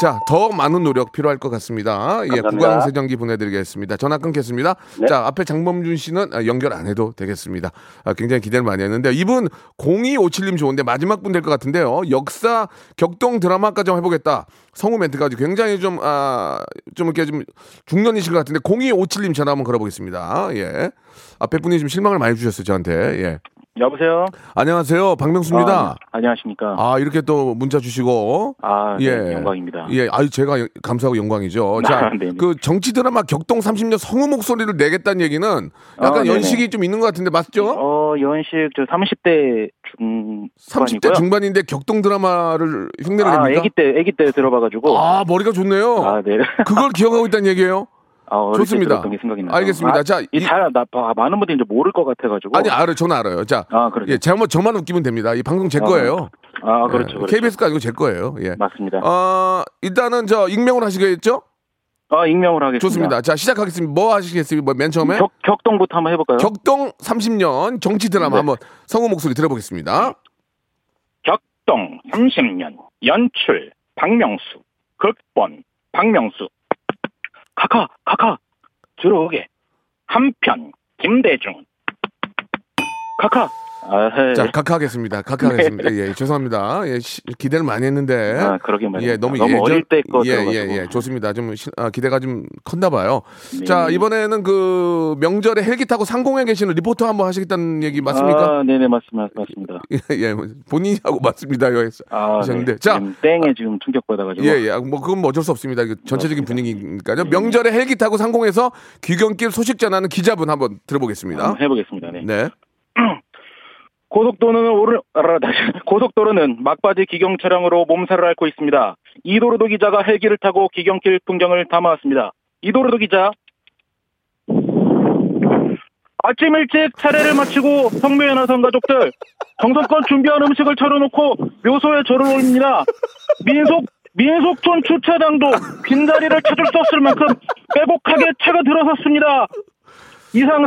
자, 더 많은 노력 필요할 것 같습니다. 예, 감사합니다. 구강 세정기 보내드리겠습니다. 전화 끊겠습니다. 네. 자, 앞에 장범준 씨는 아, 연결 안 해도 되겠습니다. 아, 굉장히 기대를 많이 했는데 이분 0257님 좋은데 마지막 분 될 것 같은데요. 역사 격동 드라마까지 한번 해보겠다. 성우 멘트까지 굉장히 좀, 아, 좀 이렇게 좀 중년이신 것 같은데 0257님 전화 한번 걸어보겠습니다. 예. 앞에 분이 좀 실망을 많이 주셨어요, 저한테. 예. 여보세요. 안녕하세요. 박명수입니다. 네. 안녕하십니까. 아, 이렇게 또 문자 주시고. 아, 네, 예. 영광입니다. 예, 아유 제가 여- 감사하고 영광이죠. 자, 네, 네. 그 정치 드라마 격동 30년 성우 목소리를 내겠다는 얘기는 약간 어, 네네. 연식이 좀 있는 것 같은데 맞죠? 어, 연식 저 30대 중 30대 중반인데 격동 드라마를 흉내를 아, 냅니까? 아기 때 아기 때 들어봐 가지고 아, 아, 머리가 좋네요. 네. 그걸 기억하고 있다는 얘기예요? 아, 어릴 때 좋습니다. 들었던 게 생각이 나요. 알겠습니다. 아, 자, 이- 이잘나 많은 분들이 이제 모를 것 같아 가지고. 아니, 알아요. 저는 알아요. 자, 아, 그러죠. 예, 제만 저만 웃기면 됩니다. 이 방송 제 아, 거예요. 아, 그렇죠. 예, 그렇죠. 네. KBS가 아니고 제 거예요. 예. 맞습니다. 어, 일단은 저 익명으로 하시겠죠? 아, 익명으로 하겠습니다. 좋습니다. 자, 시작하겠습니다. 뭐 하시겠습니까? 뭐맨 처음에? 격, 격동부터 한번 해 볼까요? 격동 30년 정치 드라마 네. 한번 성우 목소리 들어보겠습니다. 격동 30년 연출 박명수 극본 박명수 카카 카카 들어오게 한편 김대중 카카 아, 예. 자, 각하하겠습니다. 각하하겠습니다. 예, 예, 죄송합니다. 예, 시- 기대를 많이 했는데. 네. 아, 그러게 말입니다. 예, 너무, 너무 예전- 어릴 때거 예, 예, 들어가지고. 그렇죠. 예. 좋습니다. 좀 시- 아, 기대가 좀 컸나 봐요. 네. 예. 자, 이번에는 그 명절에 헬기 타고 상공에 계시는 리포터 한번 하시겠다는 얘기 맞습니까? 아, 네네 맞습니다. 맞습니다. 예, 예. 본인하고 맞습니다. 예. 요 해서. 아, 하셨는데. 자. 지금 땡에 지금 충격 받아가지고. 예, 예. 아, 뭐, 그건 뭐 어쩔 수 없습니다. 이거 전체적인 분위기니까요. 명절에 헬기 타고 상공에서 귀경길 소식 전하는 기자분 한번 들어보겠습니다. 한번 해보겠습니다. 네. 네. 고속도로는 오르 아, 다시. 고속도로는 막바지 기경 차량으로 몸살을 앓고 있습니다. 이도로도 기자가 헬기를 타고 기경길 풍경을 담아왔습니다. 이도로도 기자. 아침 일찍 차례를 마치고 성묘에 나선 가족들 정성껏 준비한 음식을 차려놓고 묘소에 절을 올립니다. 민속 민속촌 주차장도 빈자리를 찾을 수 없을 네, 만큼 빼곡하게 차가 들어섰습니다. 이상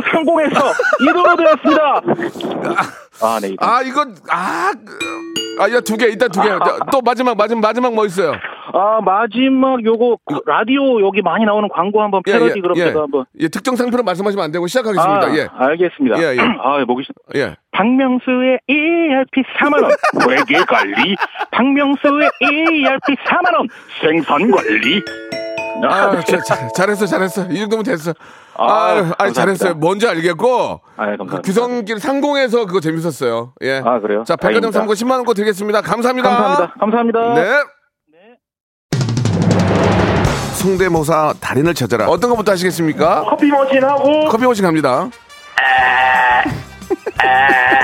상공에서 이도로드였습니다. 아, 네. 아, 이건, 아, 그- 아, 야, 두 개, 일단 두 개. 자, 또 마지막, 마지막, 마지막 뭐 있어요? 아 마지막 요거 라디오 여기 많이 나오는 광고 한번 패러디 그럼 제가 한번 예, 특정 상표는 말씀하시면 안 되고 시작하겠습니다. 아, 예. 알겠습니다. 예, 예. 아 목이 시- 예. 박명수의 ERP 4만 원 외계 관리. 박명수의 ERP 4만 원 생선 관리. 아, 자, 자, 잘했어, 잘했어. 이 정도면 됐어. 네. 아, 아, 아 감사합니다. 잘했어요. 뭔지 알겠고. 아, 예, 감사합니다. 그 규성길 상공에서 그거 재밌었어요. 예. 아, 그래요? 자, 백화점 다행입니다. 상품 10만 원거 드리겠습니다. 아, 감사합니다. 감사합니다. 감사합니다. 네. 성대모사 달인을 찾아라. 어떤 것부터 하시겠습니까? 커피 머신하고 커피 머신 갑니다.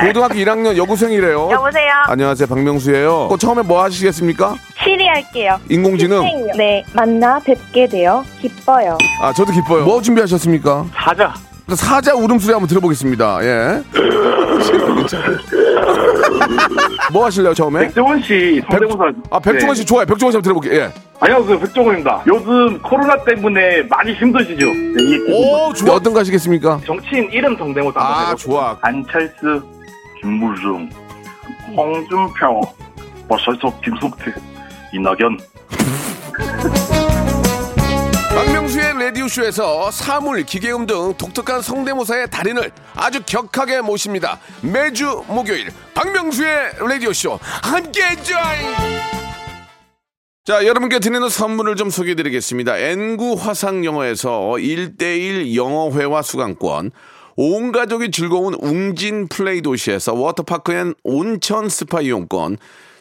고등학교 1학년 여고생이래요. 여보세요. 안녕하세요, 박명수예요. 어, 처음에 뭐 하시겠습니까? 시리 할게요. 인공지능. 네, 만나 뵙게 되어 기뻐요. 아, 저도 기뻐요. 뭐 준비하셨습니까? 사자. 사자 울음소리 한번 들어보겠습니다. 예. 뭐 하실래요 처음에? 백종원 씨 성대모사. 아 백종원 네. 씨 좋아요. 백종원 씨 한번 들어볼게요. 예. 안녕하세요 백종원입니다. 요즘 코로나 때문에 많이 힘드시죠? 네, 이 오 좋아. 어떤 가시겠습니까? 정치인 이름 성대모사 한번 아 해볼게요. 좋아. 안철수, 김무중, 홍준표, 버설석, 김성태, 이낙연. 박명수의 라디오 쇼에서 사물, 기계음 등 독특한 성대모사의 달인을 아주 격하게 모십니다. 매주 목요일 박명수의 라디오 쇼 함께해 join. 자, 여러분께 드리는 선물을 좀 소개해 드리겠습니다. N구 화상영어에서 1대1 영어회화 수강권, 온 가족이 즐거운 웅진 플레이 도시에서 워터파크 앤 온천 스파 이용권,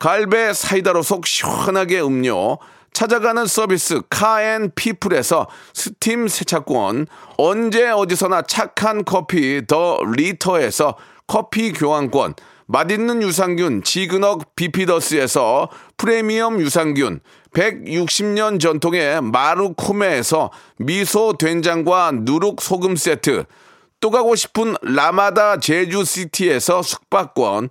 갈배 사이다로 속 시원하게 음료 찾아가는 서비스 카앤피플에서 스팀 세차권 언제 어디서나 착한 커피 더 리터에서 커피 교환권 맛있는 유산균 지그넉 비피더스에서 프리미엄 유산균 160년 전통의 마루코메에서 미소 된장과 누룩 소금 세트 또 가고 싶은 라마다 제주시티에서 숙박권,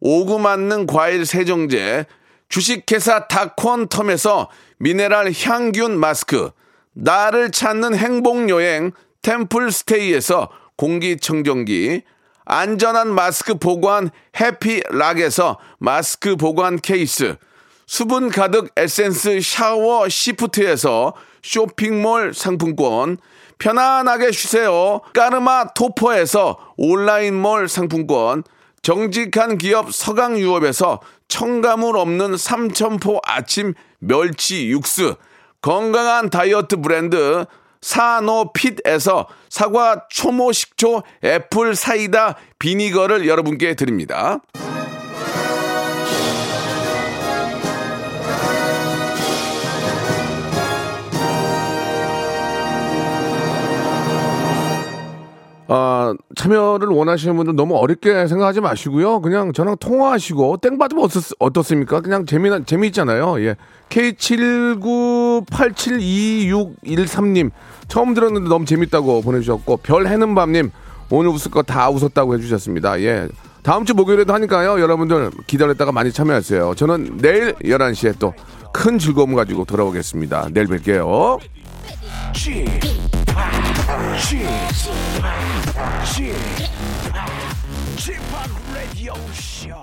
오구 맞는 과일 세정제, 주식회사 다콘텀에서 미네랄 향균 마스크, 나를 찾는 행복여행 템플스테이에서 공기청정기, 안전한 마스크 보관 해피락에서 마스크 보관 케이스, 수분 가득 에센스 샤워 시프트에서 쇼핑몰 상품권, 편안하게 쉬세요. 까르마 토퍼에서 온라인몰 상품권, 정직한 기업 서강유업에서 첨가물 없는 삼천포 아침 멸치 육수, 건강한 다이어트 브랜드 사노핏에서 사과 초모 식초 애플 사이다 비니거를 여러분께 드립니다. 아, 참여를 원하시는 분들 너무 어렵게 생각하지 마시고요. 그냥 저랑 통화하시고 땡 받으면 어떻, 습니까 그냥 재미난 재미있잖아요. 예. K79872613님 처음 들었는데 너무 재밌다고 보내주셨고 별 해는 밤님 오늘 웃을 거 다 웃었다고 해주셨습니다. 예. 다음 주 목요일에도 하니까요. 여러분들 기다렸다가 많이 참여하세요. 저는 내일 11시에 또 큰 즐거움 가지고 돌아오겠습니다. 내일 뵐게요. 지팍 라디오 쇼